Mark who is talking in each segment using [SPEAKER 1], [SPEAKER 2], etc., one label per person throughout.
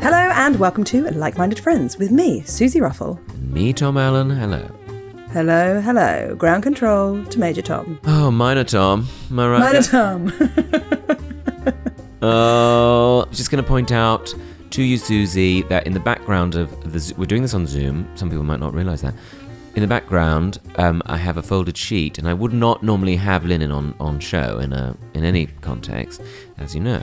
[SPEAKER 1] Hello and welcome to Like Minded Friends with me, Susie Ruffle.
[SPEAKER 2] Me, Tom Allen, hello.
[SPEAKER 1] Hello, hello. Ground control to Major Tom.
[SPEAKER 2] Oh, Minor Tom. Am I right?
[SPEAKER 1] Minor Tom.
[SPEAKER 2] Oh, just going to point out to you, Susie, that in the background of the Zo- we're doing this on Zoom. Some people might not realise that. In the background, um, I have a folded sheet, and I would not normally have linen on, on show in a in any context, as you know.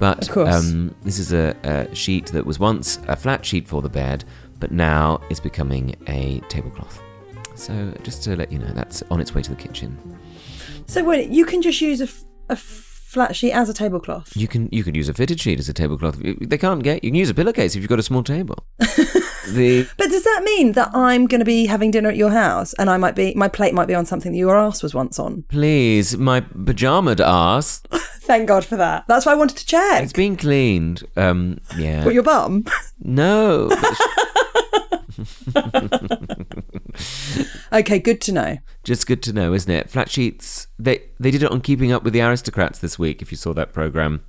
[SPEAKER 2] But
[SPEAKER 1] Of course.
[SPEAKER 2] Um, this is a, a sheet that was once a flat sheet for the bed, but now is becoming a tablecloth. So just to let you know, that's on its way to the kitchen.
[SPEAKER 1] so wait, you can just use a, f- a f- flat sheet as a tablecloth.
[SPEAKER 2] You can you could use a fitted sheet as a tablecloth. You- They can't get you can use a pillowcase if you've got a small table. the
[SPEAKER 1] But does that mean that I'm going to be having dinner at your house and I might be my plate might be on something that your ass was once on?
[SPEAKER 2] please my pajamaed ass.
[SPEAKER 1] Thank God for that. That's why I wanted to check.
[SPEAKER 2] It's been cleaned. Um yeah.
[SPEAKER 1] What your bum?
[SPEAKER 2] no.
[SPEAKER 1] okay, good to know.
[SPEAKER 2] Just good to know, isn't it? Flat sheets. They they did it on Keeping Up with the Aristocrats this week. If you saw that program,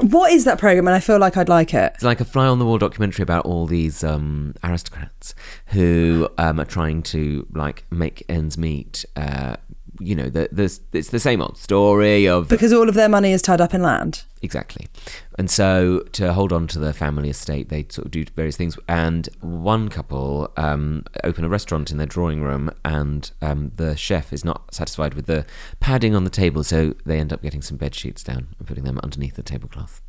[SPEAKER 1] What is that program? And I feel like I'd like it.
[SPEAKER 2] it's like a fly on the wall documentary about all these um, aristocrats who um, are trying to like make ends meet. Uh, you know, the, the, it's the same old story of
[SPEAKER 1] Because all of their money is tied up in land.
[SPEAKER 2] Exactly. And so to hold on to the family estate, they sort of do various things. And one couple um, open a restaurant in their drawing room, and um, the chef is not satisfied with the padding on the table, so they end up getting some bed sheets down and putting them underneath the tablecloth.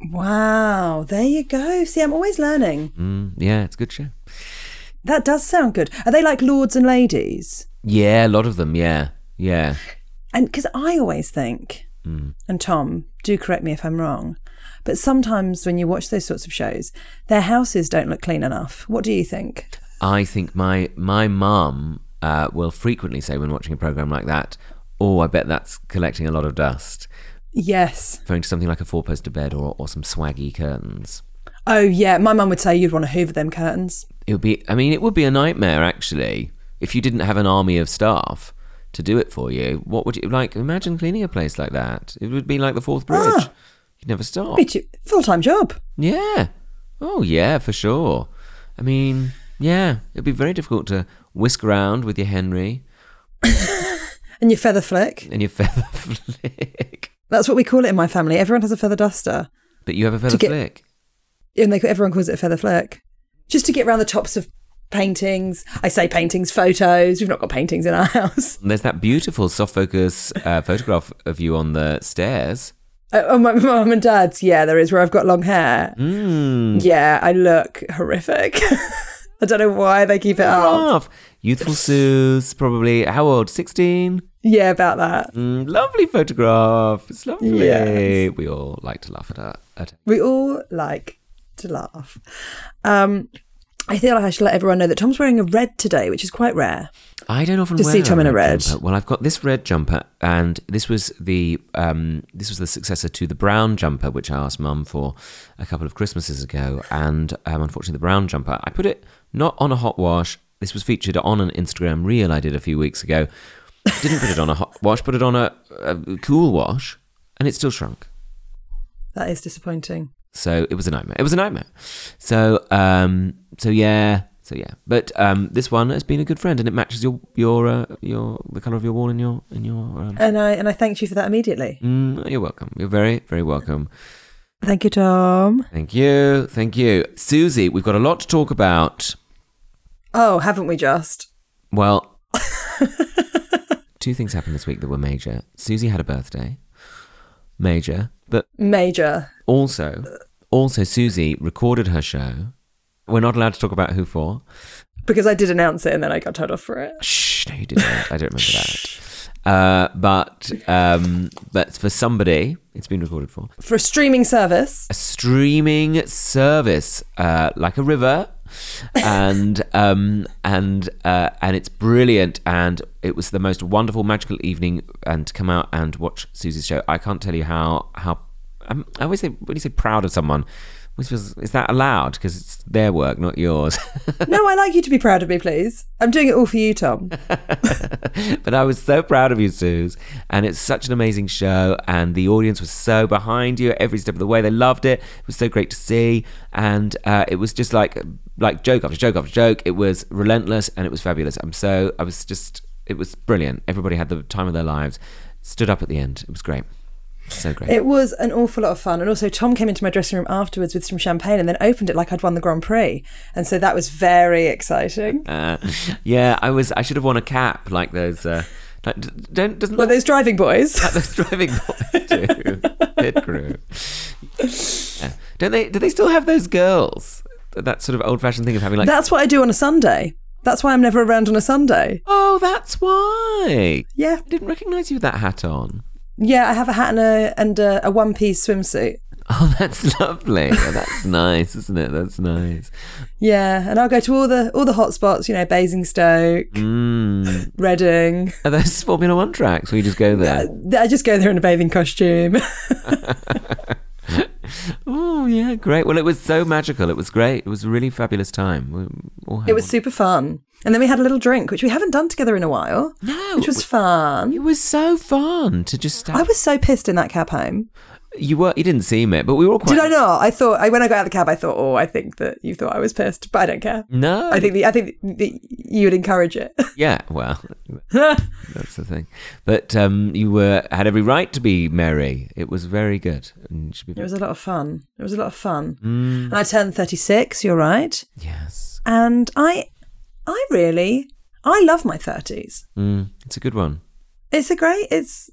[SPEAKER 1] Wow, there you go. See, I'm always learning.
[SPEAKER 2] Mm, yeah, it's a good show.
[SPEAKER 1] That does sound good. Are they like lords and ladies?
[SPEAKER 2] Yeah, a lot of them. Yeah, yeah.
[SPEAKER 1] And because I always think, and Tom, do correct me if I'm wrong, but sometimes when you watch those sorts of shows, their houses don't look clean enough. What do you think?
[SPEAKER 2] I think my my mum uh, will frequently say when watching a program like that, "Oh, I bet that's collecting a lot of dust."
[SPEAKER 1] Yes.
[SPEAKER 2] Referring to something like a four-poster bed or, or some swaggy curtains.
[SPEAKER 1] Oh, yeah. My mum would say you'd want to hoover them curtains.
[SPEAKER 2] It would be. I mean, it would be a nightmare actually if you didn't have an army of staff to do it for you. What would you like? Imagine cleaning a place like that. It would be like the fourth bridge.
[SPEAKER 1] Ah.
[SPEAKER 2] You'd never stop.
[SPEAKER 1] Full time job.
[SPEAKER 2] Yeah. Oh yeah, for sure. I mean, yeah, it'd be very difficult to whisk around with your Henry
[SPEAKER 1] And your feather flick.
[SPEAKER 2] and your feather flick.
[SPEAKER 1] That's what we call it in my family. Everyone has a feather duster.
[SPEAKER 2] But you have a feather
[SPEAKER 1] get-
[SPEAKER 2] flick.
[SPEAKER 1] and they, everyone calls it a feather flick, just to get round the tops of paintings. I say paintings, photos. We've not got paintings in our house.
[SPEAKER 2] There's that beautiful soft focus uh, photograph of you on the stairs.
[SPEAKER 1] Oh, oh, my mum and dad's. Yeah, there is where I've got long hair.
[SPEAKER 2] Mm.
[SPEAKER 1] Yeah, I look horrific. I don't know why they keep it up.
[SPEAKER 2] Laugh. Youthful Suze, probably how old? Sixteen.
[SPEAKER 1] Yeah, about that.
[SPEAKER 2] Mm, lovely photograph. It's lovely.
[SPEAKER 1] Yes.
[SPEAKER 2] We all like to laugh at her. At
[SPEAKER 1] We all like to laugh. Um, I feel like I should let everyone know that Tom's wearing a red today, which is quite rare.
[SPEAKER 2] I don't often
[SPEAKER 1] To
[SPEAKER 2] wear
[SPEAKER 1] see Tom in a red.
[SPEAKER 2] jumper. Well, I've got this red jumper, and this was the um, this was the successor to the brown jumper, which I asked Mum for a couple of Christmases ago. And um, unfortunately, the brown jumper, I put it not on a hot wash. This was featured on an Instagram reel I did a few weeks ago. Didn't put it on a hot wash, put it on a, a cool wash, and it still shrunk.
[SPEAKER 1] That is disappointing.
[SPEAKER 2] So it was a nightmare. It was a nightmare. So um, so yeah, so yeah. But um, this one has been a good friend, and it matches your your uh, your the color of your wall in your in your. Um,
[SPEAKER 1] And I and I thanked you for that immediately.
[SPEAKER 2] mm, you're welcome. You're very very welcome.
[SPEAKER 1] Thank you, Tom.
[SPEAKER 2] Thank you, thank you, Susie. We've got a lot to talk about.
[SPEAKER 1] Oh, haven't we just?
[SPEAKER 2] Well, two things happened this week that were major. Susie had a birthday, major, but
[SPEAKER 1] Major.
[SPEAKER 2] also also Susie recorded her show. We're not allowed to talk about who for.
[SPEAKER 1] Because I did announce it and then I got told off for it.
[SPEAKER 2] Shh, no, you didn't. I don't remember that. Uh, but um, but for somebody, it's been recorded for
[SPEAKER 1] For a streaming service.
[SPEAKER 2] a streaming service, uh, like a river, and um, and uh, and it's brilliant. And it was the most wonderful, magical evening. And to come out and watch Susie's show, I can't tell you how how um, I always say when you say proud of someone, which feels is that allowed because it's their work, not yours.
[SPEAKER 1] no, I like you to be proud of me, please. I'm doing it all for you, Tom.
[SPEAKER 2] but I was so proud of you, Suze. And it's such an amazing show. And the audience was so behind you every step of the way. They loved it. It was so great to see. And uh, it was just like like joke after joke after joke. It was relentless and it was fabulous. I'm so I was just it was brilliant. Everybody had the time of their lives. Stood up at the end. It was great. So great.
[SPEAKER 1] It was an awful lot of fun. And also, Tom came into my dressing room afterwards with some champagne and then opened it like I'd won the Grand Prix. And so that was very exciting.
[SPEAKER 2] Uh, yeah, I was. I should have worn a cap like those. Uh, like, d- don't doesn't
[SPEAKER 1] Well,
[SPEAKER 2] look
[SPEAKER 1] those driving boys.
[SPEAKER 2] that those driving boys do. Pit crew. Yeah. Don't they? Do they still have those girls? Th- That sort of old-fashioned thing of having like,
[SPEAKER 1] That's what I do on a Sunday. That's why I'm never around on a Sunday.
[SPEAKER 2] oh, that's why.
[SPEAKER 1] Yeah.
[SPEAKER 2] I didn't recognise you with that hat on.
[SPEAKER 1] Yeah, I have a hat and a, and a, a one piece swimsuit.
[SPEAKER 2] Oh, that's lovely. Oh, that's nice, isn't it? That's nice.
[SPEAKER 1] Yeah, and I'll go to all the all the hot spots, you know, Basingstoke,
[SPEAKER 2] Mm.
[SPEAKER 1] Reading.
[SPEAKER 2] Are those Formula One tracks? Or you just go there.
[SPEAKER 1] I just go there in a bathing costume.
[SPEAKER 2] Oh yeah, great. Well, it was so magical. It was great. It was a really fabulous time. We all had
[SPEAKER 1] it was
[SPEAKER 2] one.
[SPEAKER 1] super fun. And then we had a little drink, which we haven't done together in a while.
[SPEAKER 2] No,
[SPEAKER 1] Which was fun.
[SPEAKER 2] It was so fun to just.
[SPEAKER 1] I was so pissed in that cab home.
[SPEAKER 2] You were. You didn't seem it, but we were all quite.
[SPEAKER 1] Did I not? I thought I when I got out of the cab I thought, oh, I think that you thought I was pissed, but I don't care.
[SPEAKER 2] No.
[SPEAKER 1] I think the, I think that you would encourage it.
[SPEAKER 2] Yeah, well, that's the thing. But um, you were had every right to be merry. It was very good. And you should be-
[SPEAKER 1] It was a lot of fun. It was a lot of fun. And I turned 36, you're right.
[SPEAKER 2] yes,
[SPEAKER 1] And I I really I love my 30s.
[SPEAKER 2] mm, it's a good one.
[SPEAKER 1] It's a great it's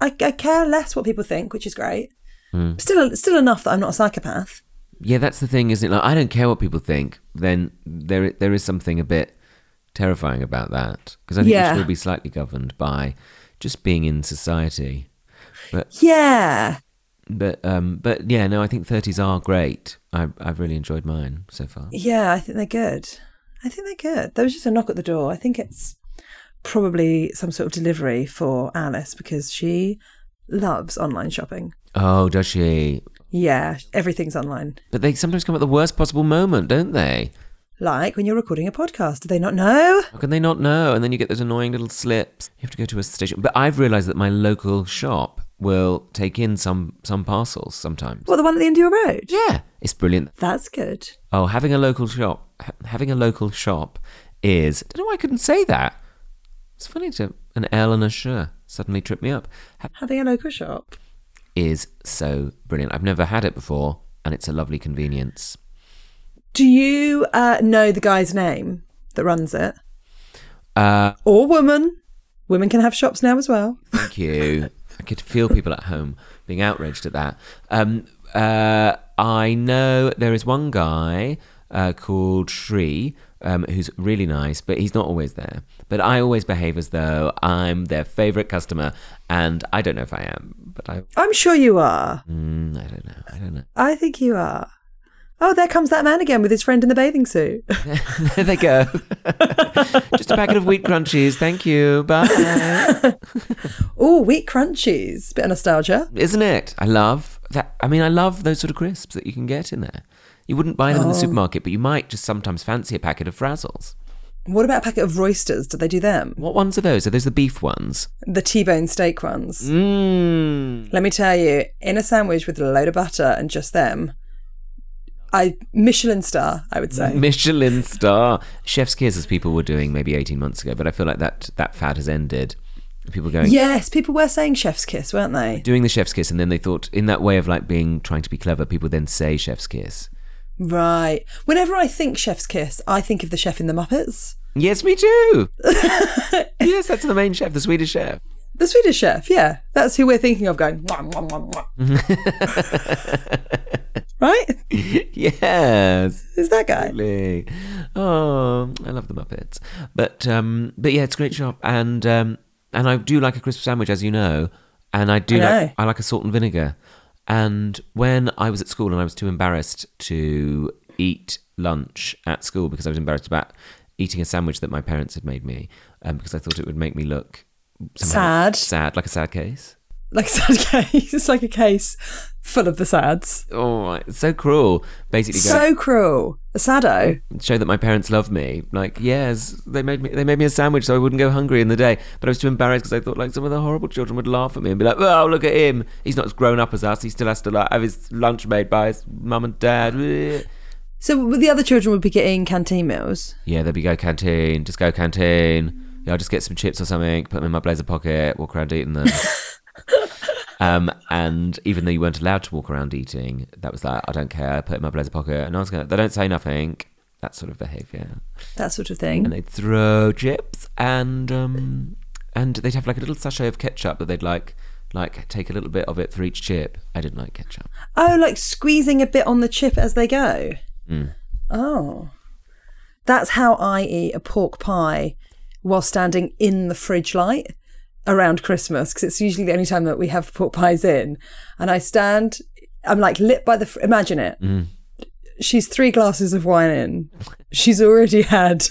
[SPEAKER 1] I, I care less what people think, which is great. Still still enough that I'm not a psychopath.
[SPEAKER 2] Yeah, that's the thing, isn't it? Like, I don't care what people think. Then there there is something a bit terrifying about that because I think
[SPEAKER 1] Yeah.
[SPEAKER 2] we should all be slightly governed by just being in society.
[SPEAKER 1] Yeah.
[SPEAKER 2] But um, but yeah, no, I think thirties are great. I I've really enjoyed mine so far.
[SPEAKER 1] Yeah, I think they're good. I think they're good. There was just a knock at the door. I think it's probably some sort of delivery for Alice because she loves online shopping.
[SPEAKER 2] Oh, does she?
[SPEAKER 1] Yeah, everything's online.
[SPEAKER 2] But they sometimes come at the worst possible moment, don't they?
[SPEAKER 1] Like when you're recording a podcast, do they not know?
[SPEAKER 2] How can they not know? And then you get those annoying little slips. You have to go to a station. But I've realised that my local shop will take in some some parcels sometimes.
[SPEAKER 1] What, the one at the end of your road?
[SPEAKER 2] Yeah, it's brilliant.
[SPEAKER 1] That's good.
[SPEAKER 2] Oh, having a local shop, ha- having a local shop is. don't know why I couldn't say that. It's funny to an L and a sh suddenly trip me up. Ha-
[SPEAKER 1] Having a local shop.
[SPEAKER 2] is so brilliant. I've never had it before, and it's a lovely convenience.
[SPEAKER 1] Do you uh, know the guy's name that runs it?
[SPEAKER 2] Uh,
[SPEAKER 1] Or woman? Women can have shops now as well.
[SPEAKER 2] Thank you. I could feel people at home being outraged at that. Um, uh, I know there is one guy uh, called Shree um, who's really nice, but he's not always there. But I always behave as though I'm their favourite customer, and I don't know if I am, but I,
[SPEAKER 1] I'm sure you are.
[SPEAKER 2] mm, I don't know. I don't know.
[SPEAKER 1] I think you are. Oh, there comes that man again with his friend in the bathing suit.
[SPEAKER 2] there they go. Just a packet of wheat crunchies. Thank you. Bye.
[SPEAKER 1] oh, wheat crunchies. Bit of nostalgia.
[SPEAKER 2] Isn't it? I love that. I mean, I love those sort of crisps that you can get in there. You wouldn't buy them in the supermarket, but you might just sometimes fancy a packet of frazzles.
[SPEAKER 1] What about a packet of roysters? Do they do them?
[SPEAKER 2] What ones are those? Are those the beef ones?
[SPEAKER 1] The T-bone steak
[SPEAKER 2] Mm.
[SPEAKER 3] 嗯
[SPEAKER 1] ones.
[SPEAKER 2] Mmm.
[SPEAKER 1] Let me tell you, in a sandwich with a load of butter and just them, I Michelin star, I would say.
[SPEAKER 2] Michelin star. Chef's kiss, as people were doing maybe 18 months ago, but I feel like that, that fad has ended. People going,
[SPEAKER 1] Yes, people were saying chef's kiss, weren't they?
[SPEAKER 2] doing the chef's kiss, and then they thought, in that way of like being, trying to be clever, people then say chef's kiss.
[SPEAKER 1] Right. Whenever I think chef's kiss, I think of the chef in the Muppets.
[SPEAKER 2] Yes, me too. yes, that's the main chef, the Swedish chef.
[SPEAKER 1] The Swedish chef, yeah. That's who we're thinking of going. "Mwah, mwah, mwah, mwah." right?
[SPEAKER 2] Yes.
[SPEAKER 1] Is that guy?
[SPEAKER 2] Absolutely. Oh, I love the Muppets. But um, but yeah, it's a great shop, and um, and I do like a crisp sandwich, as you know, and I do
[SPEAKER 1] I know.
[SPEAKER 2] like I like a salt and vinegar. And when I was at school, and I was too embarrassed to eat lunch at school because I was embarrassed about eating a sandwich that my parents had made me, um, because I thought it would make me look somehow
[SPEAKER 1] Sad.
[SPEAKER 2] sad, like a sad case.
[SPEAKER 1] Like a sad case. It's like a case full of the sads.
[SPEAKER 2] Oh, it's so cruel. Basically, going,
[SPEAKER 1] So cruel. A sado.
[SPEAKER 2] show that my parents love me. Like, yes, they made me they made me a sandwich so I wouldn't go hungry in the day. But I was too embarrassed because I thought like some of the horrible children would laugh at me and be like, "Oh, look at him! He's not as grown up as us. He still has to like have his lunch made by his mum and dad." Bleh.
[SPEAKER 1] So the other children would be getting canteen meals.
[SPEAKER 2] Yeah, there we go. Canteen, just go canteen. Yeah, I'll just get some chips or something, put them in my blazer pocket, walk around eating them. um, and even though you weren't allowed to walk around eating, that was like, I don't care. Put it in my blazer pocket, and I was going. to They don't say nothing. That sort of behaviour.
[SPEAKER 1] That sort of
[SPEAKER 2] and
[SPEAKER 1] thing.
[SPEAKER 2] they'd throw chips and um and they'd have like a little sachet of ketchup that they'd like like take a little bit of it for each chip. I didn't like ketchup.
[SPEAKER 1] Oh, like squeezing a bit on the chip as they go. Oh. That's how I eat a pork pie while standing in the fridge light around Christmas because it's usually the only time that we have pork pies in. And I stand, I'm like lit by the, fr- imagine it.
[SPEAKER 2] Mm.
[SPEAKER 1] She's three glasses of wine in. She's already had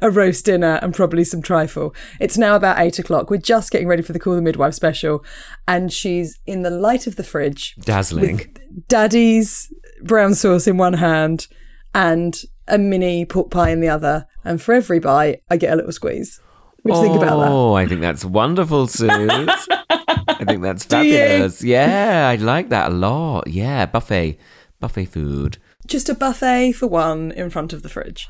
[SPEAKER 1] a roast dinner and probably some trifle. It's now about eight o'clock. We're just getting ready for the Call the Midwife special. And she's in the light of the fridge
[SPEAKER 2] Dazzling.
[SPEAKER 1] daddy's brown sauce in one hand and a mini pork pie in the other. And for every bite, I get a little squeeze. What do you think about that?
[SPEAKER 2] Oh, I think that's wonderful, Sue. I think that's fabulous. Yeah, I like that a lot. Yeah, buffet buffet food.
[SPEAKER 1] Just a buffet for one in front of the fridge.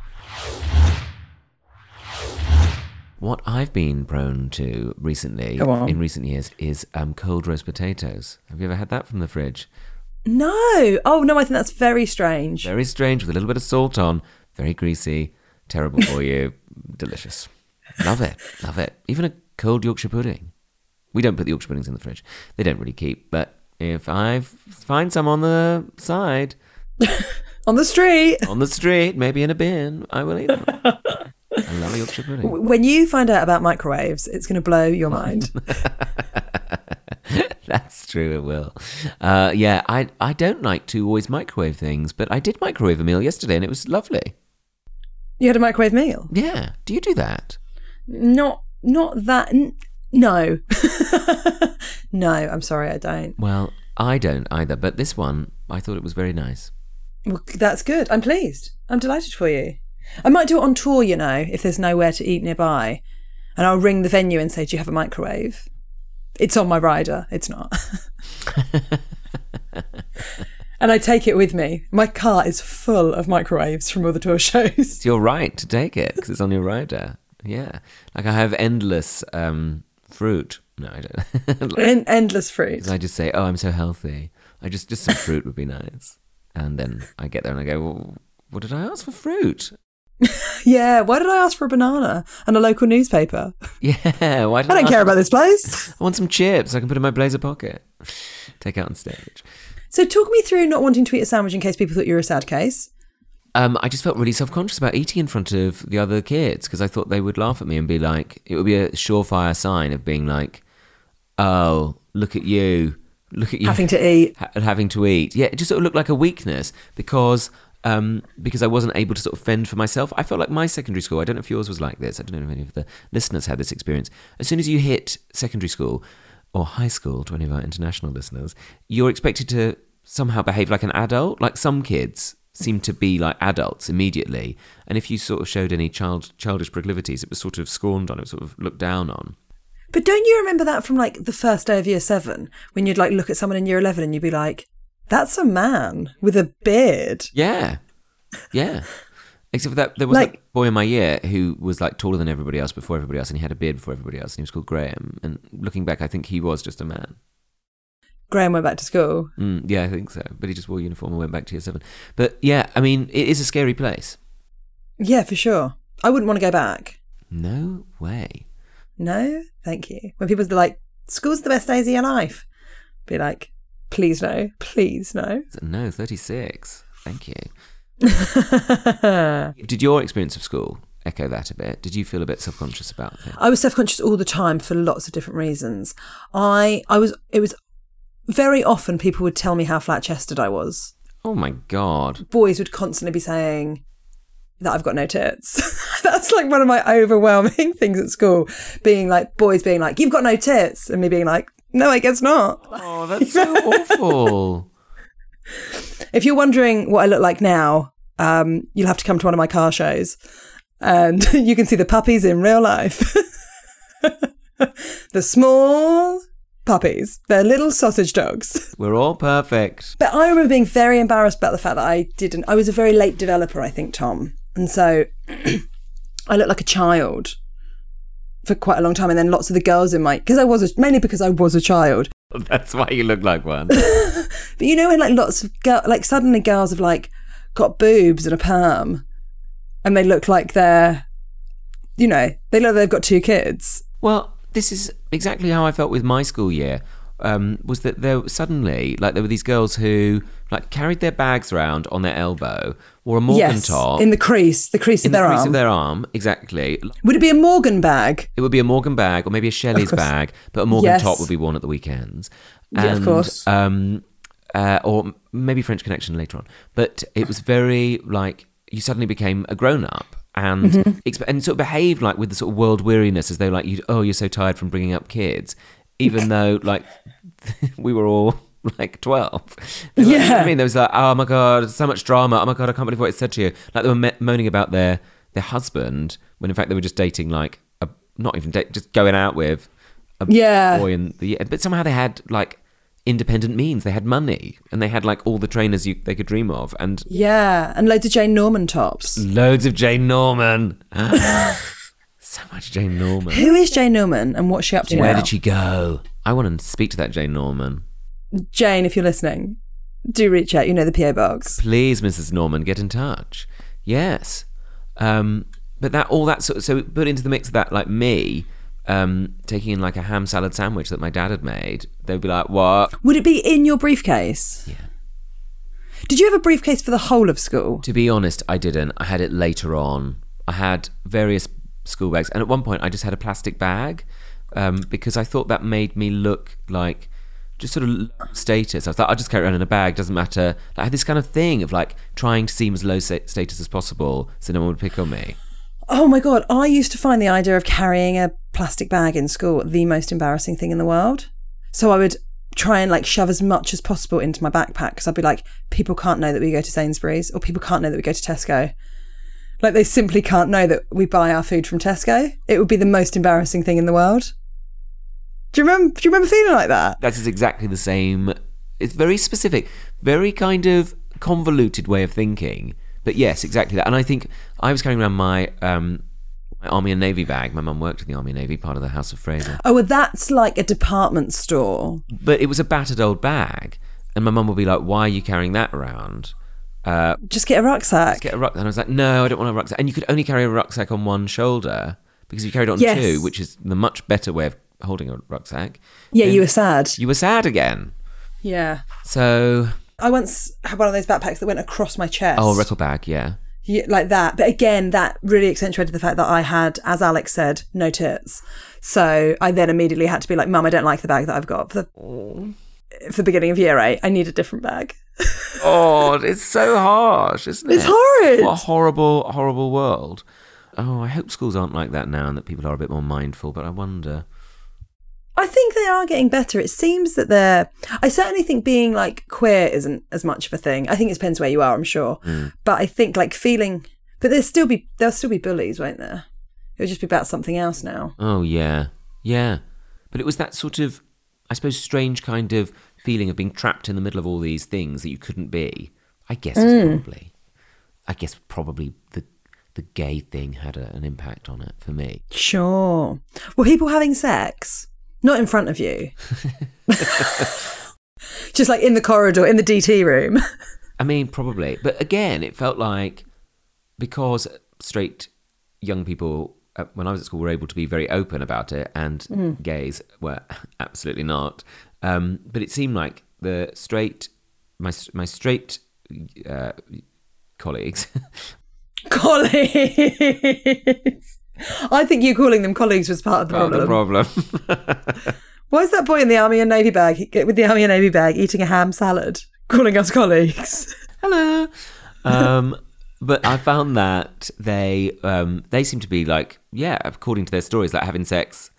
[SPEAKER 2] What I've been prone to recently
[SPEAKER 1] Go on.
[SPEAKER 2] in recent years is um, cold roast potatoes. Have you ever had that from the fridge?
[SPEAKER 1] No. Oh, no, I think that's very strange.
[SPEAKER 2] Very strange with a little bit of salt on. Very greasy. Terrible for you. Delicious. Love it. Love it. Even a cold Yorkshire pudding. We don't put the Yorkshire puddings in the fridge. They don't really keep. But if I f- find some on the side,
[SPEAKER 1] On the street.
[SPEAKER 2] on the street, maybe in a bin, I will eat them. I love a Yorkshire pudding.
[SPEAKER 1] When you find out about microwaves, it's going to blow your mind.
[SPEAKER 2] That's true. It will. Uh, yeah, I I don't like to always microwave things, but I did microwave a meal yesterday, and it was lovely.
[SPEAKER 1] you had a microwave meal?
[SPEAKER 2] Yeah. Do you do that?
[SPEAKER 1] Not, not that. N- no. no, I'm sorry, I don't.
[SPEAKER 2] Well, I don't either, but this one, I thought it was very nice.
[SPEAKER 1] Well, that's good. I'm pleased. I'm delighted for you. I might do it on tour, you know, if there's nowhere to eat nearby. And I'll ring the venue and say, Do you have a microwave? It's on my rider. It's not. and I take it with me. My car is full of microwaves from all the tour shows.
[SPEAKER 2] It's your right to take it because it's on your rider. Yeah. Like I have endless um, fruit. No, I don't. like,
[SPEAKER 1] En- endless fruit.
[SPEAKER 2] 'cause I just say, oh, I'm so healthy. I just, just some fruit would be nice. And then I get there and I go, well, what did I ask for fruit?
[SPEAKER 1] Yeah, why did I ask for a banana and a local newspaper?
[SPEAKER 2] Yeah. Why did
[SPEAKER 1] I don't
[SPEAKER 2] ask-
[SPEAKER 1] care about this place.
[SPEAKER 2] I want some chips I can put in my blazer pocket. Take out on stage.
[SPEAKER 1] So, talk me through not wanting to eat a sandwich in case people thought you were a sad case.
[SPEAKER 2] um, I just felt really self conscious about eating in front of the other kids because I thought they would laugh at me and be like, it would be a surefire sign of being like, oh, look at you, look at you
[SPEAKER 1] Having to eat.
[SPEAKER 2] ha- having to eat. Yeah, it just sort of looked like a weakness because um, because I wasn't able to sort of fend for myself. I felt like my secondary school. I don't know if yours was like this. I don't know if any of the listeners had this experience. As soon as you hit secondary school or high school, to any of our international listeners, you're expected to somehow behave like an adult. Like some kids seem to be like adults immediately, and if you sort of showed any child childish proclivities, it was sort of scorned on. It was sort of looked down on.
[SPEAKER 1] But don't you remember that from like the first day of year seven when you'd like look at someone in year 11 and you'd be like, that's a man with a beard?
[SPEAKER 2] Yeah, yeah. Except for that, there was
[SPEAKER 1] Like-
[SPEAKER 2] that boy in my year who was like taller than everybody else before everybody else, and he had a beard before everybody else, and he was called Graham. And looking back, I think he was just a man.
[SPEAKER 1] Graham went back to school.
[SPEAKER 2] Mm, yeah, I think so. But he just wore uniform and went back to year seven. But yeah, I mean, it is a scary place.
[SPEAKER 1] Yeah, for sure. I wouldn't want to go back.
[SPEAKER 2] No way.
[SPEAKER 1] No, thank you. When people are like, school's the best days of your life, be like, please no, please no.
[SPEAKER 2] No, thirty six. Thank you. Did your experience of school echo that a bit? Did you feel a bit self conscious about things?
[SPEAKER 1] I was self conscious all the time for lots of different reasons. I I was it was very often people would tell me how flat chested I was.
[SPEAKER 2] Oh my god.
[SPEAKER 1] Boys would constantly be saying that I've got no tits. That's like one of my overwhelming things at school. Being like boys being like, You've got no tits and me being like, No, I guess not.
[SPEAKER 2] Oh, that's so awful.
[SPEAKER 1] If you're wondering what I look like now, um, you'll have to come to one of my car shows and you can see the puppies in real life. the small puppies, they're little sausage dogs.
[SPEAKER 2] We're all perfect.
[SPEAKER 1] But I remember being very embarrassed about the fact that I didn't, I was a very late developer, I think, Tom. And so I looked like a child for quite a long time. And then lots of the girls in my, because I was, a, mainly because I was a child,
[SPEAKER 2] That's why you look like one.
[SPEAKER 1] But you know when like lots of girl, like suddenly girls have like got boobs and a perm, and they look like they're, you know, they look like they've got two kids.
[SPEAKER 2] Well, this is exactly how I felt with my school year. Um, was that there suddenly like there were these girls who like carried their bags around on their elbow, wore a Morgan
[SPEAKER 1] yes,
[SPEAKER 2] top
[SPEAKER 1] in the crease, the crease
[SPEAKER 2] in
[SPEAKER 1] of
[SPEAKER 2] the
[SPEAKER 1] their
[SPEAKER 2] crease
[SPEAKER 1] arm.
[SPEAKER 2] of their arm, exactly.
[SPEAKER 1] Would it be a Morgan bag?
[SPEAKER 2] It would be a Morgan bag or maybe a Shelley's
[SPEAKER 1] course.
[SPEAKER 2] bag, but a Morgan
[SPEAKER 1] Yes.
[SPEAKER 2] top would be worn at the weekends.
[SPEAKER 1] Yeah, of course.
[SPEAKER 2] Um, uh, or m- maybe French Connection later on. But it was very like you suddenly became a grown up and exp- and sort of behaved like with the sort of world weariness as though like you oh you're so tired from bringing up kids, even though like we were all. Like twelve, They were like- you know what I
[SPEAKER 1] Yeah.
[SPEAKER 2] mean, there was like, oh my god, so much drama. Oh my god, I can't believe what it said to you. Like they were me- moaning about their their husband when in fact they were just dating like a not even date, just going out with a
[SPEAKER 1] Yeah.
[SPEAKER 2] boy in the but somehow they had like independent means. They had money and they had like all the trainers you they could dream of and
[SPEAKER 1] Yeah, and loads of Jane Norman tops.
[SPEAKER 2] loads of Jane Norman. so much Jane Norman.
[SPEAKER 1] Who is Jane Norman and what's she up to
[SPEAKER 2] Where
[SPEAKER 1] now?
[SPEAKER 2] did she go? I want to speak to that Jane Norman.
[SPEAKER 1] Jane, if you're listening, do reach out. You know the PO box.
[SPEAKER 2] please mrs norman get in touch yes um but that all that sort of, so put into the mix of that like me um taking in like a ham salad sandwich that my dad had made they'd be like what
[SPEAKER 1] Would it be in your briefcase?
[SPEAKER 2] Yeah.
[SPEAKER 1] Did you have a briefcase for the whole of school?
[SPEAKER 2] to be honest i didn't i had it later on i had various school bags and at one point i just had a plastic bag um because i thought that made me look like just sort of low status. I thought I'll just carry it around in a bag, doesn't matter. I had this kind of thing of like trying to seem as low sta- status as possible so no one would pick on me.
[SPEAKER 1] Oh my god, I used to find the idea of carrying a plastic bag in school the most embarrassing thing in the world. So I would try and like shove as much as possible into my backpack because I'd be like, people can't know that we go to Sainsbury's or people can't know that we go to Tesco. Like they simply can't know that we buy our food from Tesco. It would be the most embarrassing thing in the world. Do you remember? Do you remember feeling like that?
[SPEAKER 2] that is exactly the same. It's very specific, very kind of convoluted way of thinking. But yes, exactly that. And I think I was carrying around my um, my army and navy bag. My mum worked in the army and navy, part of the House of Fraser.
[SPEAKER 1] Oh, well, that's like a department store.
[SPEAKER 2] But it was a battered old bag, and my mum would be like, "Why are you carrying that around?" Uh,
[SPEAKER 1] Just get a rucksack.
[SPEAKER 2] get a rucksack. And I was like, "No, I don't want a rucksack." And you could only carry a rucksack on one shoulder because if you carried it on
[SPEAKER 1] Yes.
[SPEAKER 2] two, which is the much better way of holding a rucksack.
[SPEAKER 1] yeah,
[SPEAKER 2] then
[SPEAKER 1] you were sad.
[SPEAKER 2] You were sad again.
[SPEAKER 1] Yeah.
[SPEAKER 2] So,
[SPEAKER 1] I once had one of those backpacks that went across my chest.
[SPEAKER 2] oh, record bag, yeah.
[SPEAKER 1] Yeah, like that. But again, that really accentuated the fact that I had, as Alex said, no tits. So I then immediately had to be like, Mum, I don't like the bag that I've got for the, for the beginning of year eight. I need a different bag.
[SPEAKER 2] Oh, it's so harsh, isn't it?
[SPEAKER 1] It's horrid.
[SPEAKER 2] What a horrible, horrible world. Oh, I hope schools aren't like that now and that people are a bit more mindful, but I wonder.
[SPEAKER 1] I think they are getting better. It seems that they're. I certainly think being like queer isn't as much of a thing. I think it depends where you are. I'm sure, but I think like feeling. But there'll still be there'll still be bullies, won't there? It'll just be about something else now.
[SPEAKER 2] Oh, yeah. Yeah. But it was that sort of, I suppose, strange kind of feeling of being trapped in the middle of all these things that you couldn't be. I guess it's
[SPEAKER 1] Hmm.
[SPEAKER 2] probably, I guess probably the the gay thing had a, an impact on it for me.
[SPEAKER 1] Sure. Were people having sex? Not in front of you. just like in the corridor, in the DT room.
[SPEAKER 2] I mean, probably. But again, it felt like because straight young people, uh, when I was at school, were able to be very open about it, and
[SPEAKER 1] Mm.
[SPEAKER 2] gays were absolutely not. Um, but it seemed like the straight, my my straight uh, colleagues,
[SPEAKER 1] colleagues. I think you calling them colleagues was part of the
[SPEAKER 2] Part of
[SPEAKER 1] problem.
[SPEAKER 2] the problem.
[SPEAKER 1] Why is that boy in the army and navy bag with the army and navy bag eating a ham salad, calling us colleagues?
[SPEAKER 2] hello. Um, but I found that they um, they seem to be like yeah, according to their stories, like having sex,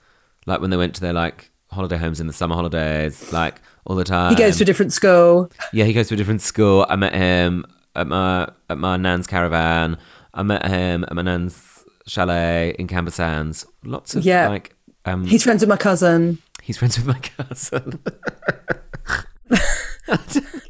[SPEAKER 2] like when they went to their like holiday homes in the summer holidays, like all the time.
[SPEAKER 1] He goes to a different school.
[SPEAKER 2] yeah, he goes to a different school. I met him at my at my nan's caravan. I met him at my nan's chalet in Camber Sands. Lots of
[SPEAKER 1] Yeah.
[SPEAKER 2] like um,
[SPEAKER 1] He's friends with my cousin.
[SPEAKER 2] he's friends with my cousin.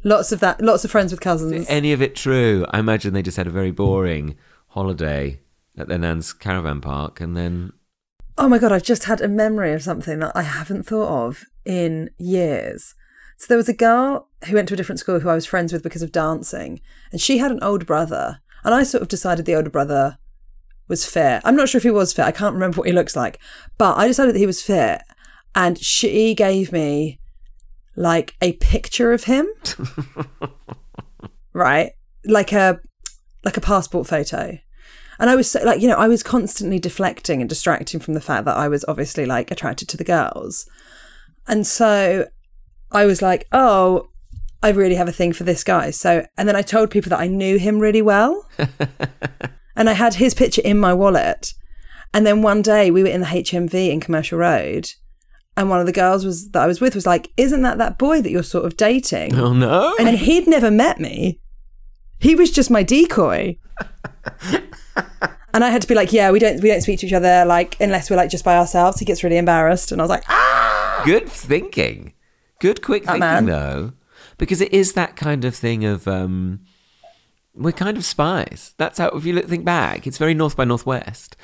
[SPEAKER 1] Lots of that. Lots of friends with cousins.
[SPEAKER 2] any of it true? I imagine they just had a very boring holiday at their nan's caravan park, and then
[SPEAKER 1] Oh my god, I've just had a memory of something that I haven't thought of in years. So there was a girl who went to a different school who I was friends with because of dancing, and she had an older brother, and I sort of decided the older brother was fit. I'm not sure if he was fit. I can't remember what he looks like, but I decided that he was fit, and she gave me like a picture of him, right? Like a like a passport photo. And I was so, like, you know, I was constantly deflecting and distracting from the fact that I was obviously like attracted to the girls. And so I was like, oh, I really have a thing for this guy. So, and then I told people that I knew him really well. and I had his picture in my wallet. And then one day we were in the HMV in Commercial Road. And one of the girls was that I was with was like, isn't that that boy that you're sort of dating?
[SPEAKER 2] oh no,
[SPEAKER 1] and he'd never met me. He was just my decoy. and I had to be like, yeah, we don't we don't speak to each other like unless we're like just by ourselves. He gets really embarrassed, and I was like, ah,
[SPEAKER 2] good thinking, good quick
[SPEAKER 1] That
[SPEAKER 2] thinking
[SPEAKER 1] man.
[SPEAKER 2] though, because it is that kind of thing of um, we're kind of spies. That's how if you look, think back, it's very North by Northwest,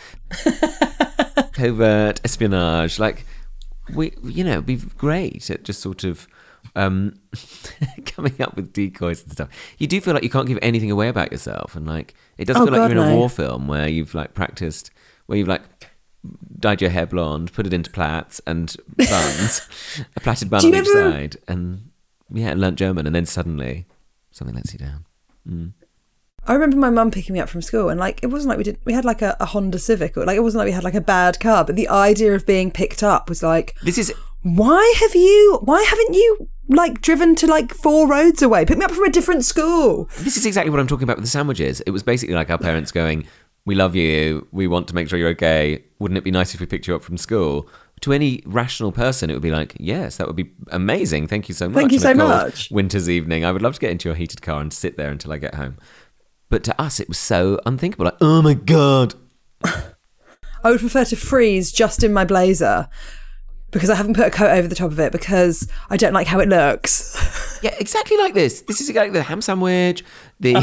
[SPEAKER 2] covert espionage. Like we, you know, be great at just sort of. Um, coming up with decoys and stuff, you do feel like you can't give anything away about yourself, and like it does
[SPEAKER 1] Oh,
[SPEAKER 2] feel like
[SPEAKER 1] God,
[SPEAKER 2] you're in a
[SPEAKER 1] no.
[SPEAKER 2] war film where you've like practiced, where you've like dyed your hair blonde, put it into plaits and buns, a plaited bun
[SPEAKER 1] Do
[SPEAKER 2] on
[SPEAKER 1] you
[SPEAKER 2] each
[SPEAKER 1] remember-
[SPEAKER 2] side, and yeah, learnt German, and then suddenly something lets you down.
[SPEAKER 1] I remember my mum picking me up from school, and like it wasn't like we did we had like a, a Honda Civic, or like it wasn't like we had like a bad car, but the idea of being picked up was like,
[SPEAKER 2] This is
[SPEAKER 1] why have you? Why haven't you? Like driven to like four roads away. Pick me up from a different school.
[SPEAKER 2] this is exactly what I'm talking about with the sandwiches. It was basically like our parents going, "We love you. We want to make sure you're okay. Wouldn't it be nice if we picked you up from school?" To any rational person, it would be like, "Yes, that would be amazing. Thank you so much.
[SPEAKER 1] Thank you
[SPEAKER 2] on
[SPEAKER 1] so
[SPEAKER 2] a cold
[SPEAKER 1] much."
[SPEAKER 2] Winter's evening. I would love to get into your heated car and sit there until I get home." But to us, it was so unthinkable. Like, oh my god,
[SPEAKER 1] I would prefer to freeze just in my blazer because I haven't put a coat over the top of it because I don't like how it looks.
[SPEAKER 2] Yeah, exactly like this. This is like the ham sandwich, the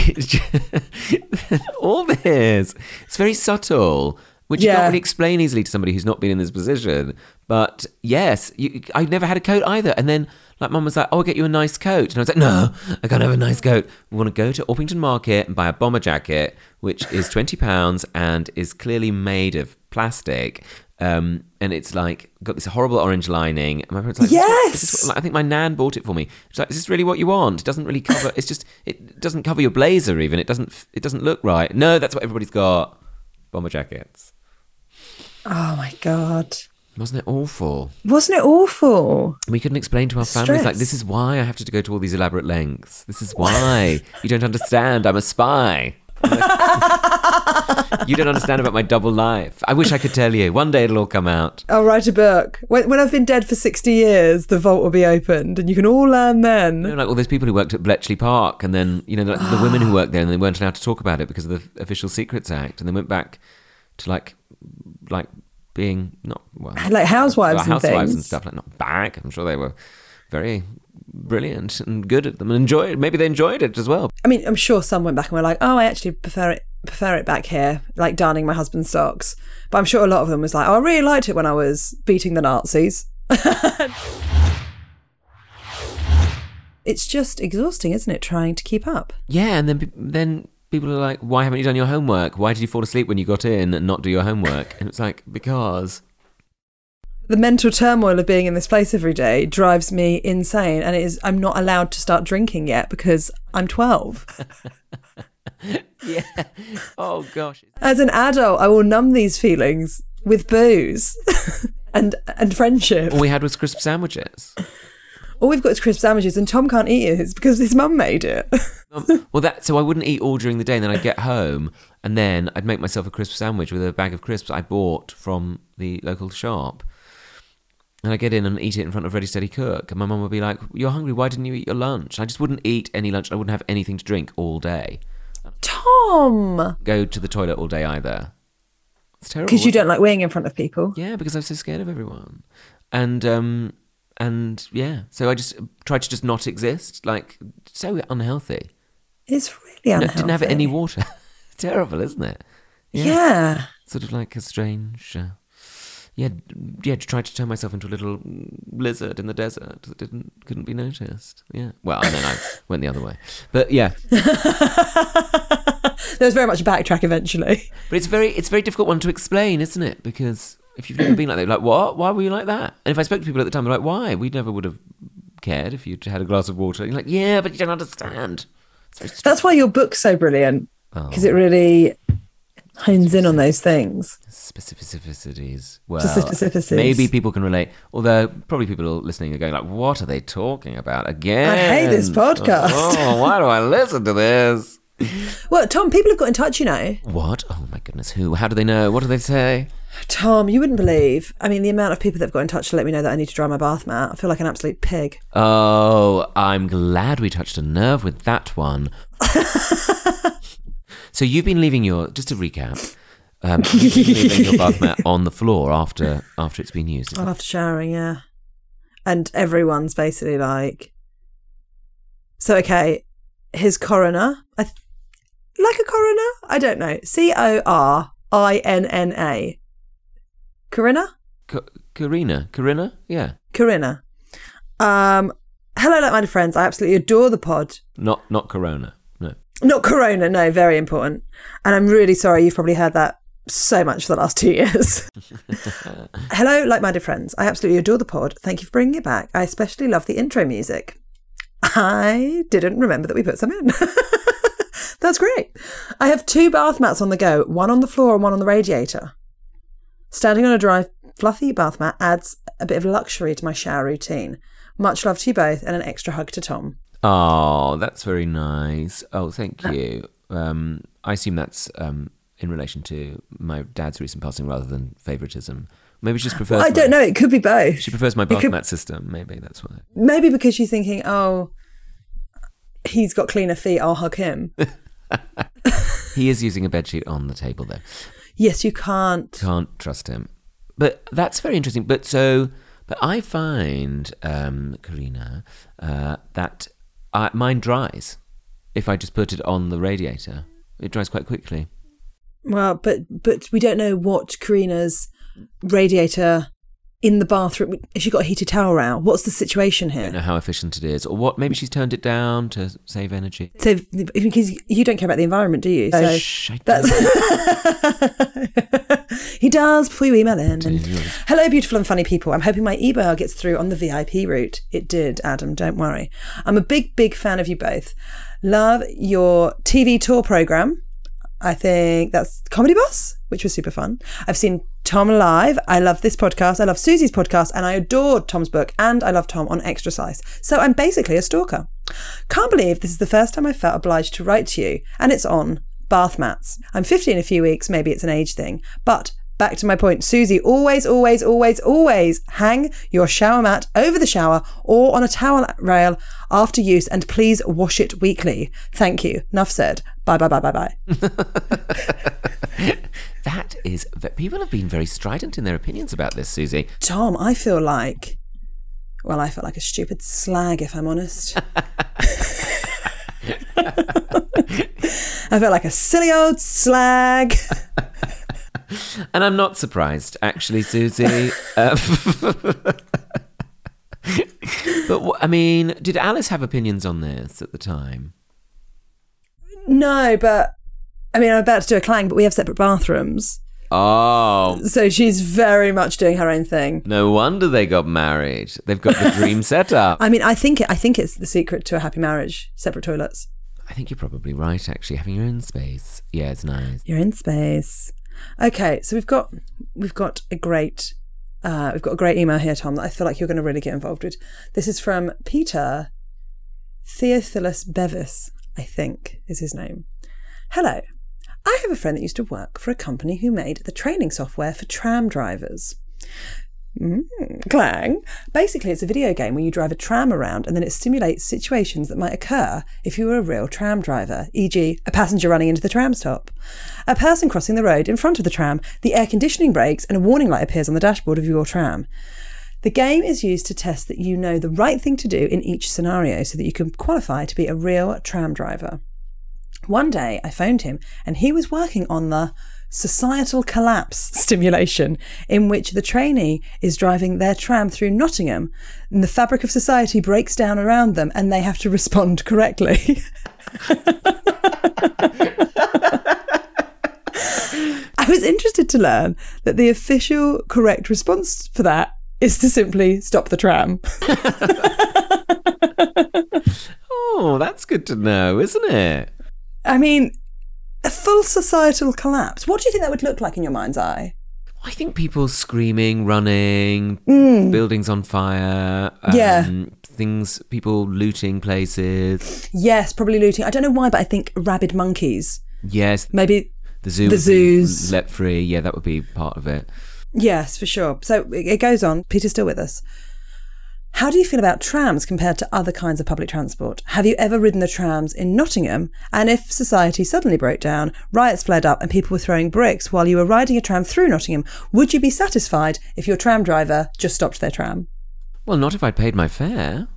[SPEAKER 2] all this. It's very subtle, which you
[SPEAKER 1] Yeah.
[SPEAKER 2] can't really explain easily to somebody who's not been in this position. But yes, you, I never had a coat either. And then like mum was like, "Oh, I'll get you a nice coat," and I was like, "No, I can't have a nice coat. We want to go to Orpington Market and buy a bomber jacket, which is twenty pounds and is clearly made of plastic." Um, and it's like got this horrible orange lining. And my parents were like,
[SPEAKER 1] Yes!
[SPEAKER 2] this is what, like, I think my nan bought it for me. She's like, "Is this really what you want? It doesn't really cover. It's just it doesn't cover your blazer even. It doesn't. f- It doesn't look right. No, that's what everybody's got. Bomber jackets.
[SPEAKER 1] Oh my god.
[SPEAKER 2] Wasn't it awful?
[SPEAKER 1] Wasn't it awful?
[SPEAKER 2] We couldn't explain to our families like
[SPEAKER 1] Stress.
[SPEAKER 2] this is why I have to go to all these elaborate lengths. This is why you don't understand. I'm a spy. you don't understand about my double life. I wish I could tell you. One day it'll all come out.
[SPEAKER 1] I'll write a book. When, when I've been dead for 60 years, the vault will be opened and you can all learn
[SPEAKER 2] You
[SPEAKER 1] then.
[SPEAKER 2] know, like all those people who worked at Bletchley Park, and then you know like, the women who worked there, and they weren't allowed to talk about it because of the Official Secrets Act, and they went back to like, like being not well,
[SPEAKER 1] Like housewives
[SPEAKER 2] well,
[SPEAKER 1] and
[SPEAKER 2] housewives and
[SPEAKER 1] things.
[SPEAKER 2] stuff like not back. I'm sure they were very brilliant and good at them and enjoyed. Maybe they enjoyed it as well.
[SPEAKER 1] I mean, I'm sure some went back and were like, oh, I actually prefer it prefer it back here, like darning my husband's socks. But I'm sure a lot of them was like, oh, I really liked it when I was beating the Nazis. it's just exhausting, isn't it, trying to keep up?
[SPEAKER 2] Yeah, and then pe- then people are like, "Why haven't you done your homework? Why did you fall asleep when you got in and not do your homework?" And it's like because
[SPEAKER 1] the mental turmoil of being in this place every day drives me insane and it is i'm not allowed to start drinking yet because i'm 12
[SPEAKER 2] yeah, oh gosh,
[SPEAKER 1] as an adult i will numb these feelings with booze and and friendship
[SPEAKER 2] all we had was crisp sandwiches.
[SPEAKER 1] all we've got is crisp sandwiches and tom can't eat it it's because his mum made it
[SPEAKER 2] Um, well, that so I wouldn't eat all during the day, and then I'd get home, and then I'd make myself a crisp sandwich with a bag of crisps I bought from the local shop, and I would get in and eat it in front of Ready Steady Cook, and my mum would be like, "You're hungry? Why didn't you eat your lunch?" I just wouldn't eat any lunch. I wouldn't have anything to drink all day.
[SPEAKER 1] tom
[SPEAKER 2] Go to the toilet all day either. It's terrible
[SPEAKER 1] because you
[SPEAKER 2] isn't it?
[SPEAKER 1] don't like weighing in front of people
[SPEAKER 2] Yeah, because I was so scared of everyone, and um, and yeah, so I just tried to just not exist. Like so unhealthy.
[SPEAKER 1] it's really
[SPEAKER 2] No,
[SPEAKER 1] unhealthy
[SPEAKER 2] didn't have any water. Terrible, isn't it?
[SPEAKER 1] yeah,
[SPEAKER 2] Sort of like a strange. Uh, yeah, d- yeah. To try to turn myself into a little lizard in the desert that didn't couldn't be noticed. Yeah. Well, and then I went the other way. But yeah,
[SPEAKER 1] there was very much a backtrack eventually
[SPEAKER 2] but it's very it's a very difficult one to explain, isn't it? Because if you've never been like that, you're like what? Why were you like that? And if I spoke to people at the time, they're like, why? We never would have cared if you'd had a glass of water. And you're like, yeah, but you don't understand. It's very
[SPEAKER 1] that's why your book's so brilliant
[SPEAKER 2] Oh.
[SPEAKER 1] because it really hones in on those things
[SPEAKER 2] specificities. Well,
[SPEAKER 1] Specificities.
[SPEAKER 2] maybe people can relate. Although probably people listening are going like, "What are they talking about again?"
[SPEAKER 1] this podcast."
[SPEAKER 2] Oh, why do I listen to this?
[SPEAKER 1] Well, Tom, people have got in touch, you know.
[SPEAKER 2] What? Oh my goodness, who? How do they know? What do they say?
[SPEAKER 1] Tom, you wouldn't believe. I mean, the amount of people that have got in touch to let me know that I need to dry my bath mat. I feel like an absolute pig.
[SPEAKER 2] Oh, I'm glad we touched a nerve with that one. so you've been leaving your just to recap. Um, you've been leaving your bath mat on the floor after after it's been used. Is that
[SPEAKER 1] After showering, yeah. And everyone's basically like, so okay, his coroner, I th- like a coroner? I don't know. C O R I N N A. Corinna?
[SPEAKER 2] Ca- Karina, Karina, yeah,
[SPEAKER 1] Corinna. Um, hello, like minded friends. I absolutely adore the pod.
[SPEAKER 2] not not Corona, no.
[SPEAKER 1] Not corona, no, very important. And I'm really sorry you've probably heard that so much for the last two years. Hello, like minded friends. I absolutely adore the pod. Thank you for bringing it back. I especially love the intro music. I didn't remember that we put some in. That's great. I have two bath mats on the go, one on the floor and one on the radiator. Standing on a dry, fluffy bath mat adds a bit of luxury to my shower routine. Much love to you both and an extra hug to Tom.
[SPEAKER 2] Oh, that's very nice. Oh, thank you. Um, I assume that's um, in relation to my dad's recent passing rather than favouritism. Maybe she just prefers.
[SPEAKER 1] I don't
[SPEAKER 2] my-
[SPEAKER 1] know, it could be both.
[SPEAKER 2] She prefers my
[SPEAKER 1] It
[SPEAKER 2] bath
[SPEAKER 1] could-
[SPEAKER 2] mat system. Maybe that's why.
[SPEAKER 1] maybe because she's thinking, oh, he's got cleaner feet, I'll hug him.
[SPEAKER 2] He is using a bedsheet on the table though.
[SPEAKER 1] yes, you can't.
[SPEAKER 2] Can't trust him. But that's very interesting. But so, but I find um, Karina uh, that I, mine dries if I just put it on the radiator. It dries quite quickly.
[SPEAKER 1] Well, but but we don't know what Karina's radiator in the bathroom? Has she got a heated towel round? What's the situation
[SPEAKER 2] I don't know
[SPEAKER 1] here?
[SPEAKER 2] how efficient it is, or what. Maybe she's turned it down to save energy.
[SPEAKER 1] So, because you don't care about the environment, do you? So
[SPEAKER 2] Uh, Shh, I
[SPEAKER 1] that's he does before you email in. Hello, beautiful and funny people. I'm hoping my email gets through on the VIP route. It did, Adam. Don't worry. I'm a big, big fan of you both. Love your TV tour program. I think that's Comedy Boss, which was super fun. I've seen Tom live. I love this podcast. I love Susie's podcast, and I adored Tom's book, and I love Tom on Extra Size. So I'm basically a stalker. Can't believe this is the first time I felt obliged to write to you, and it's on bath mats. I'm 50 in a few weeks. Maybe it's an age thing, but. Back to my point, Susie, always, always, always, always hang your shower mat over the shower or on a towel rail after use and please wash it weekly. Thank you. Nuff said. Bye, bye, bye, bye, bye.
[SPEAKER 2] That is that people have been very strident in their opinions about this, Susie.
[SPEAKER 1] Tom, I feel like, well, I felt like a stupid slag, if I'm honest. I felt like a silly old slag.
[SPEAKER 2] And I'm not surprised, actually, Susie. Uh, but wha- I mean, did Alice have opinions on this at the time?
[SPEAKER 1] No, but I mean, I'm about to do a clang, but we have separate bathrooms.
[SPEAKER 2] Oh,
[SPEAKER 1] So she's very much doing her own thing.
[SPEAKER 2] no wonder they got married. They've got the dream set up.
[SPEAKER 1] I mean, I think it, I think it's the secret to a happy marriage: separate toilets.
[SPEAKER 2] I think you're probably right, actually. Having your own space, yeah, it's nice.
[SPEAKER 1] You're in space. Okay, so we've got we've got a great uh, we've got a great email here, Tom, that I feel like you're going to really get involved with. This is from Peter Theophilus Bevis, I think is his name. Hello. I have a friend that used to work for a company who made the training software for tram drivers. Mm, clang. Basically, it's a video game where you drive a tram around and then it simulates situations that might occur if you were a real tram driver, e.g., a passenger running into the tram stop, a person crossing the road in front of the tram, the air conditioning breaks, and a warning light appears on the dashboard of your tram. The game is used to test that you know the right thing to do in each scenario so that you can qualify to be a real tram driver. One day I phoned him and he was working on the societal collapse stimulation in which the trainee is driving their tram through Nottingham and the fabric of society breaks down around them and they have to respond correctly. I was interested to learn that the official correct response for that is to simply stop the tram.
[SPEAKER 2] Oh, that's good to know, isn't it?
[SPEAKER 1] I mean, a full societal collapse. What do you think that would look like in your mind's eye?
[SPEAKER 2] I think people screaming, running, buildings on fire,
[SPEAKER 1] Mm.
[SPEAKER 2] um,
[SPEAKER 1] Yeah.
[SPEAKER 2] things, people looting places.
[SPEAKER 1] Yes, probably looting. I don't know why, but I think rabid monkeys.
[SPEAKER 2] Yes,
[SPEAKER 1] Maybe.
[SPEAKER 2] the zoo,
[SPEAKER 1] The
[SPEAKER 2] would be
[SPEAKER 1] zoos.
[SPEAKER 2] let free. Yeah, that would be part of it.
[SPEAKER 1] Yes, for sure. So it it goes on. Peter's still with us. How do you feel about trams compared to other kinds of public transport? Have you ever ridden the trams in Nottingham? And if society suddenly broke down, riots flared up, and people were throwing bricks while you were riding a tram through Nottingham, would you be satisfied if your tram driver just stopped their tram?
[SPEAKER 2] Well, not if I'd paid my fare.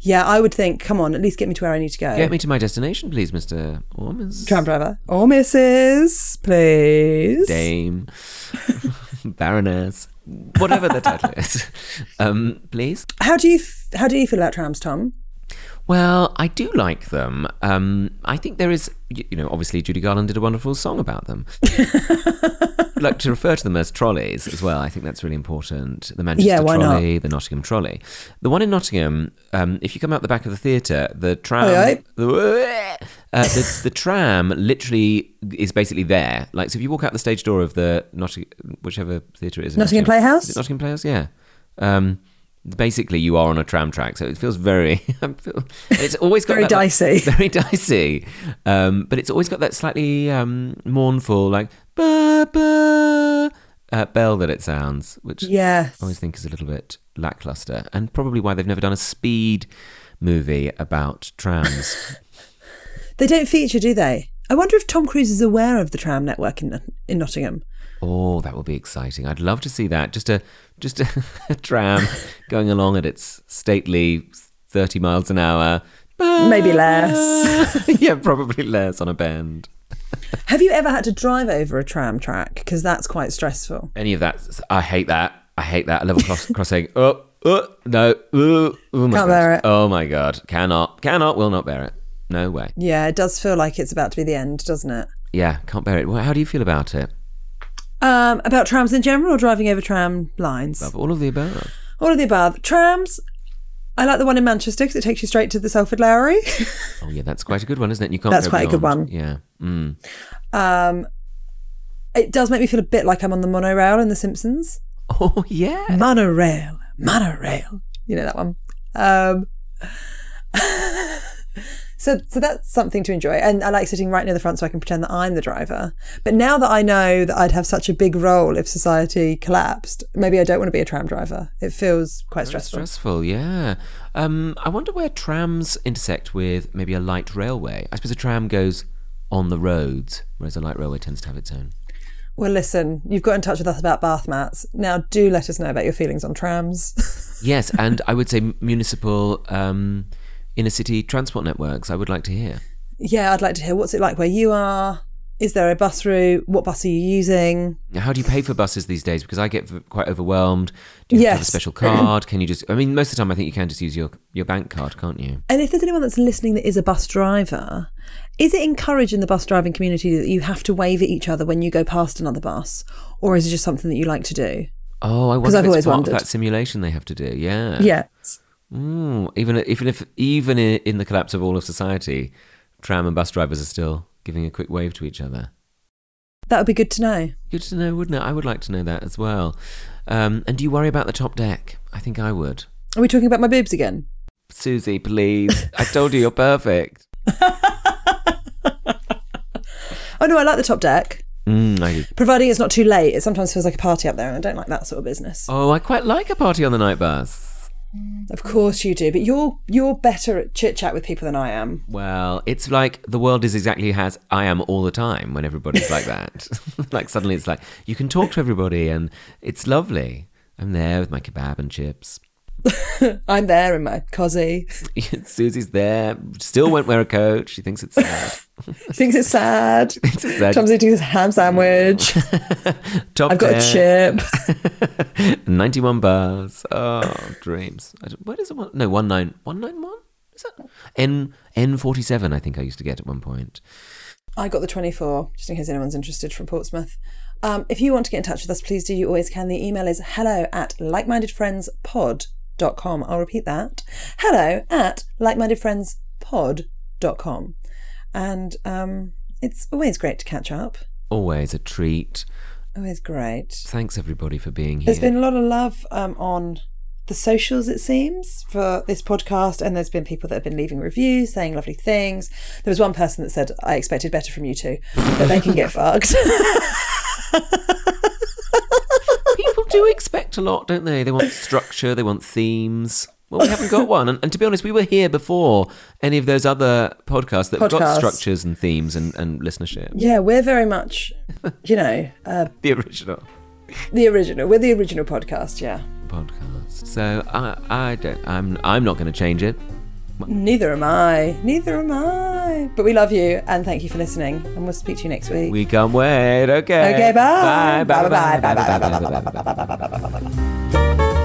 [SPEAKER 1] Yeah, I would think, come on, at least get me to where I need to go.
[SPEAKER 2] Get me to my destination, please, Mister Ormans.
[SPEAKER 1] Tram driver. Or Mrs. Please.
[SPEAKER 2] Dame, Baroness, whatever the title is, um, please.
[SPEAKER 1] How do you f- how do you feel about trams, Tom?
[SPEAKER 2] Well, I do like them. Um, I think there is, y- you know, obviously Judy Garland did a wonderful song about them. like to refer to them as trolleys as well. I think that's really important. The Manchester
[SPEAKER 1] Yeah, why not?
[SPEAKER 2] trolley, the Nottingham trolley. The one in Nottingham, um, if you come out the back of the theatre, the tram,
[SPEAKER 1] Aye, aye.
[SPEAKER 2] The, uh, the, the tram literally is basically there. Like, so if you walk out the stage door of the Nottingham, whichever theatre it is, in
[SPEAKER 1] Nottingham Playhouse?
[SPEAKER 2] Is it Nottingham Playhouse, yeah. Um, basically, you are on a tram track, so it feels very. I feel- it's always got
[SPEAKER 1] Very
[SPEAKER 2] that, like-
[SPEAKER 1] dicey.
[SPEAKER 2] very dicey. Um, but it's always got that slightly um, mournful, like ba ba uh, bell that it sounds, which
[SPEAKER 1] Yes.
[SPEAKER 2] I always think Oh, is a little bit lackluster, and probably why they've never done a speed movie about trams.
[SPEAKER 1] They don't feature, do they? I wonder if Tom Cruise is aware of the tram network in in Nottingham.
[SPEAKER 2] oh, that would be exciting! I'd love to see that. Just a just a, tram going along at its stately thirty miles an hour.
[SPEAKER 1] Maybe less.
[SPEAKER 2] yeah, probably less on a bend.
[SPEAKER 1] Have you ever had to drive over a tram track? Because that's quite stressful.
[SPEAKER 2] Any of that, I hate that. I hate that. Level cross, crossing. Oh, oh no. Oh, oh my
[SPEAKER 1] Can't
[SPEAKER 2] god.
[SPEAKER 1] bear it.
[SPEAKER 2] Oh my god. Cannot. Cannot. Will not bear it. No way.
[SPEAKER 1] Yeah, it does feel like it's about to be the end, doesn't it?
[SPEAKER 2] Yeah. Can't bear it. Well, how do you feel about it?
[SPEAKER 1] Um, about trams in general or driving over tram lines?
[SPEAKER 2] Of all of the above.
[SPEAKER 1] All of the above. Trams, I like the one in Manchester because it takes you straight to the Salford Lowry.
[SPEAKER 2] Oh yeah, that's quite a good one, isn't it? You can't.
[SPEAKER 1] That's
[SPEAKER 2] go
[SPEAKER 1] quite a good one.
[SPEAKER 2] beyond. Yeah. Mm.
[SPEAKER 1] um, it does make me feel a bit like I'm on the monorail in The Simpsons.
[SPEAKER 2] Oh yeah.
[SPEAKER 1] Monorail, monorail. You know that one. Um, so, so that's something to enjoy. And I like sitting right near the front so I can pretend that I'm the driver. But now that I know that I'd have such a big role if society collapsed, maybe I don't want to be a tram driver. It feels quite
[SPEAKER 2] Very
[SPEAKER 1] stressful.
[SPEAKER 2] Stressful, yeah. Um, I wonder where trams intersect with maybe a light railway. I suppose a tram goes on the roads, whereas a light railway tends to have its own.
[SPEAKER 1] Well, listen, you've got in touch with us about bath mats. Now, do let us know about your feelings on trams.
[SPEAKER 2] Yes, and I would say municipal um, inner city transport networks. I would like to hear.
[SPEAKER 1] yeah, I'd like to hear what's it like where you are? Is there a bus route? What bus are you using?
[SPEAKER 2] Now, How do you pay for buses these days? Because I get v- quite overwhelmed. Do you have to have a
[SPEAKER 1] Yes.
[SPEAKER 2] special card? Can you just? I mean, most of the time, I think you can just use your your bank card, can't you?
[SPEAKER 1] And if there's anyone that's listening that is a bus driver, is it encouraged in the bus driving community that you have to wave at each other when you go past another bus? Or is it just something that you like to do?
[SPEAKER 2] Oh, I wonder
[SPEAKER 1] 'Cause
[SPEAKER 2] if
[SPEAKER 1] I've
[SPEAKER 2] it's
[SPEAKER 1] always
[SPEAKER 2] part of
[SPEAKER 1] wondered.
[SPEAKER 2] that simulation they have to do. Yeah.
[SPEAKER 1] Yes.
[SPEAKER 2] Mm, even even if even i- in the collapse of all of society, tram and bus drivers are still giving a quick wave to each other.
[SPEAKER 1] That would be good to know.
[SPEAKER 2] Good to know, wouldn't it? I would like to know that as well. Um, and do you worry about the top deck? I think I would.
[SPEAKER 1] Are we talking about my boobs again?
[SPEAKER 2] Susie, please. I told you you're perfect.
[SPEAKER 1] Oh, no, I like the top deck.
[SPEAKER 2] Mm, I,
[SPEAKER 1] Providing it's not too late, it sometimes feels like a party up there, and I don't like that sort of business.
[SPEAKER 2] oh, I quite like a party on the night bus.
[SPEAKER 1] Of course you do, but you're you're better at chit chat with people than I am.
[SPEAKER 2] Well, it's like the world is exactly as I am all the time when everybody's like that. like suddenly it's like you can talk to everybody and it's lovely. I'm there with my kebab and chips.
[SPEAKER 1] I'm there in my cosy.
[SPEAKER 2] Susie's there. Still won't wear a coat. She thinks it's sad.
[SPEAKER 1] Thinks it's sad.
[SPEAKER 2] Thinks it's sad.
[SPEAKER 1] Tom's eating his ham sandwich.
[SPEAKER 2] Top
[SPEAKER 1] I've got a chip.
[SPEAKER 2] chip. Ninety-one bars. Oh, dreams. I don't- Where does it want? No, one nine one nine one. Is that N N forty-seven? I think I used to get at one point.
[SPEAKER 1] I got the 24, just in case anyone's interested from Portsmouth. Um, if you want to get in touch with us, please do. You always can. The email is hello at likemindedfriendspod.com. I'll repeat that. Hello at likemindedfriendspod.com. And um, it's always great to catch up.
[SPEAKER 2] Always a treat.
[SPEAKER 1] Always great.
[SPEAKER 2] Thanks everybody for being here.
[SPEAKER 1] There's been a lot of love um, on the socials, it seems, for this podcast, and there's been people that have been leaving reviews, saying lovely things. There was one person that said, "I expected better from you two, but they can get fucked."
[SPEAKER 2] People do expect a lot, don't they? They want structure. They want themes. Well, we haven't got one. And, and to be honest, we were here before any of those other podcasts that got
[SPEAKER 1] Podcasts.
[SPEAKER 2] structures and themes and, and listenership.
[SPEAKER 1] yeah, we're very much, you know, uh,
[SPEAKER 2] The original.
[SPEAKER 1] the original. We're the original podcast. Yeah,
[SPEAKER 2] podcast. So I, I don't. I'm, I'm not going to change it.
[SPEAKER 1] neither am I. Neither am I. But we love you, and thank you for listening, and we'll speak to you next week.
[SPEAKER 2] We can't wait. Okay.
[SPEAKER 1] Okay, bye.
[SPEAKER 2] Bye. Bye. Bye.
[SPEAKER 1] Bye,
[SPEAKER 2] Bye.
[SPEAKER 1] bye,
[SPEAKER 2] Bye.
[SPEAKER 1] bye,
[SPEAKER 2] Bye. Bye. Bye. Bye. Bye. Bye. Bye.